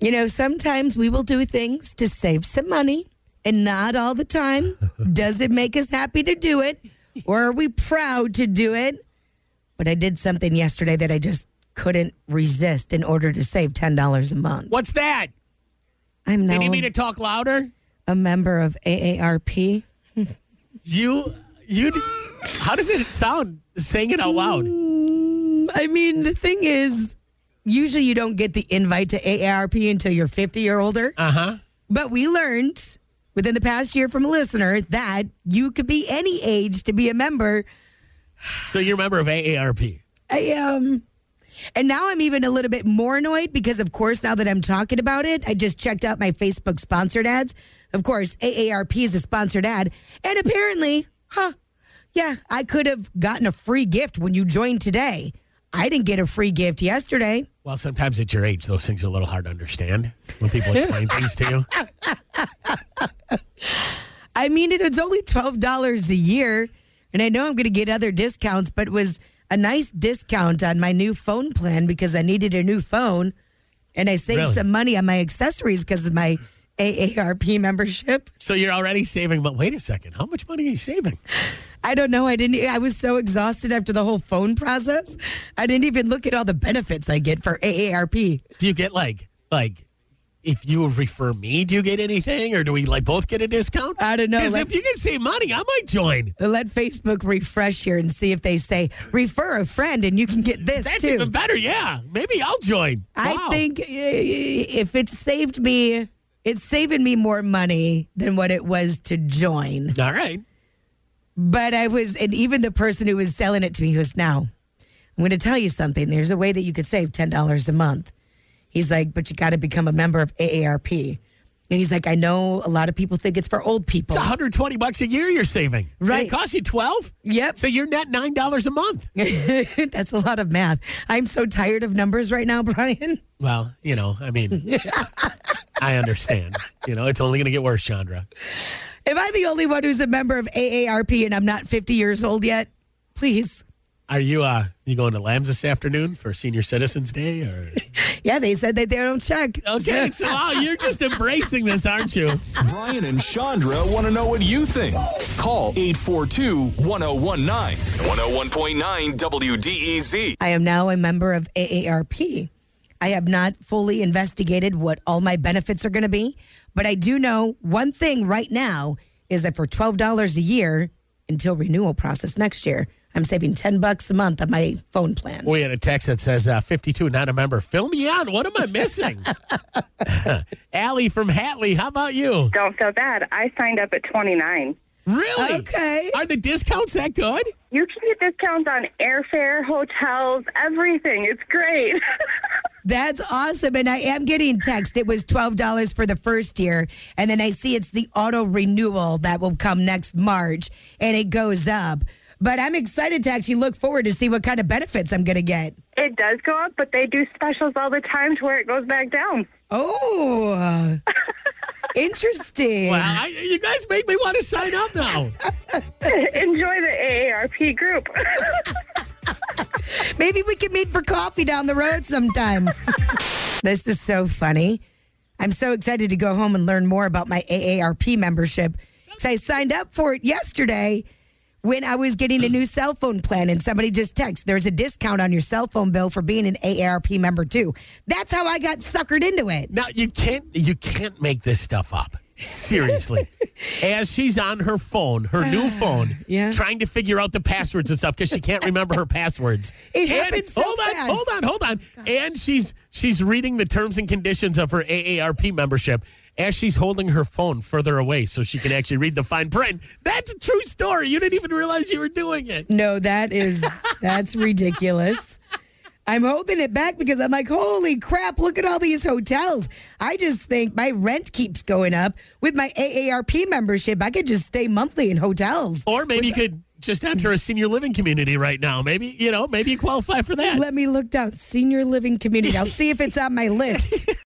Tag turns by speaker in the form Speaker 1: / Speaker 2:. Speaker 1: You know, sometimes we will do things to save some money, and not all the time does it make us happy to do it, or are we proud to do it? But I did something yesterday that I just couldn't resist in order to save $10 a month.
Speaker 2: What's that?
Speaker 1: I'm now
Speaker 2: They need me to talk louder?
Speaker 1: a member of AARP.
Speaker 2: You, you, how does it sound saying it out loud?
Speaker 1: I mean, the thing is, usually you don't get the invite to AARP until you're 50 or older.
Speaker 2: Uh huh.
Speaker 1: But we learned within the past year from a listener that you could be any age to be a member.
Speaker 2: So you're a member of AARP.
Speaker 1: I am. And now I'm even a little bit more annoyed because, of course, now that I'm talking about it, I just checked out my Facebook sponsored ads. Of course, AARP is a sponsored ad. And apparently, huh, yeah, I could have gotten a free gift when you joined today. I didn't get a free gift yesterday.
Speaker 2: Well, sometimes at your age, those things are a little hard to understand when people explain things to you.
Speaker 1: I mean, it was only twelve dollars a year, and I know I'm going to get other discounts, but it was a nice discount on my new phone plan because I needed a new phone, and I saved
Speaker 2: Really?
Speaker 1: some money on my accessories because of my AARP membership.
Speaker 2: So you're already saving, but wait a second, how much money are you saving?
Speaker 1: I don't know. I didn't. I was so exhausted after the whole phone process. I didn't even look at all the benefits I get for AARP.
Speaker 2: Do you get like, like, if you refer me, do you get anything, or do we like both get a discount?
Speaker 1: I don't know,
Speaker 2: 'Cause
Speaker 1: like-
Speaker 2: if you can save money, I might join.
Speaker 1: Let Facebook refresh here and see if they say refer a friend and you can get this
Speaker 2: That's
Speaker 1: too.
Speaker 2: even better. Yeah, maybe I'll join.
Speaker 1: I
Speaker 2: Wow.
Speaker 1: think uh, if it saved me, it's saving me more money than what it was to join.
Speaker 2: All right.
Speaker 1: But I was, and even the person who was selling it to me was now, I'm going to tell you something. There's a way that you could save $10 a month. He's like, but you got to become a member of AARP. And he's like, I know a lot of people think it's for old people.
Speaker 2: It's 120 bucks a year you're saving. And
Speaker 1: Right.
Speaker 2: it costs you 12?
Speaker 1: Yep.
Speaker 2: So you're net $9 a month.
Speaker 1: That's a lot of math. I'm so tired of numbers right now, Brian.
Speaker 2: Well, you know, I mean, I understand. You know, it's only going to get worse, Chandra.
Speaker 1: Am I the only one who's a member of AARP and I'm not 50 years old yet? Please.
Speaker 2: Are you uh you going to Lambs this afternoon for Senior Citizens Day or
Speaker 1: Yeah, they said that they don't check.
Speaker 2: Okay, so wow, you're just embracing this, aren't you?
Speaker 3: Brian and Chandra want to know what you think. Call 842 1019. 101.9 WDEZ.
Speaker 1: I am now a member of AARP. I have not fully investigated what all my benefits are going to be, but I do know one thing right now is that for $12 a year until renewal process next year, I'm saving 10 bucks a month on my phone plan.
Speaker 2: We had a text that says uh, 52, not a member. Fill me on. What am I missing? Allie from Hatley, how about you?
Speaker 4: Don't feel bad. I signed up at 29.
Speaker 2: Really?
Speaker 1: Okay.
Speaker 2: Are the discounts that good?
Speaker 4: You can get discounts on airfare, hotels, everything. It's great.
Speaker 1: That's awesome. And I am getting text. It was $12 for the first year. And then I see it's the auto renewal that will come next March and it goes up. But I'm excited to actually look forward to see what kind of benefits I'm going to get.
Speaker 4: it does go up, but they do specials all the time to where it goes back down.
Speaker 1: Oh, interesting.
Speaker 2: Well, I, you guys make me want to sign up now.
Speaker 4: Enjoy the AARP group.
Speaker 1: Maybe we can meet for coffee down the road sometime. this is so funny. I'm so excited to go home and learn more about my AARP membership because I signed up for it yesterday when I was getting a new cell phone plan and somebody just texted, there's a discount on your cell phone bill for being an AARP member too. That's how I got suckered into it.
Speaker 2: Now you can't you can't make this stuff up. Seriously. As she's on her phone, her new phone,
Speaker 1: yeah.
Speaker 2: trying to figure out the passwords and stuff because she can't remember her passwords.
Speaker 1: It
Speaker 2: And-
Speaker 1: happens so
Speaker 2: hold on,
Speaker 1: fast.
Speaker 2: hold on, hold on. And she's she's reading the terms and conditions of her AARP membership as she's holding her phone further away so she can actually read the fine print. That's a true story. You didn't even realize you were doing it.
Speaker 1: No, that is that's ridiculous. I'm holding it back because I'm like, holy crap, look at all these hotels. I just think my rent keeps going up. With my AARP membership, I could just stay monthly in hotels.
Speaker 2: Or maybe you could just enter a senior living community right now. Maybe, you know, maybe you qualify for that.
Speaker 1: Let me look down senior living community. I'll see if it's on my list.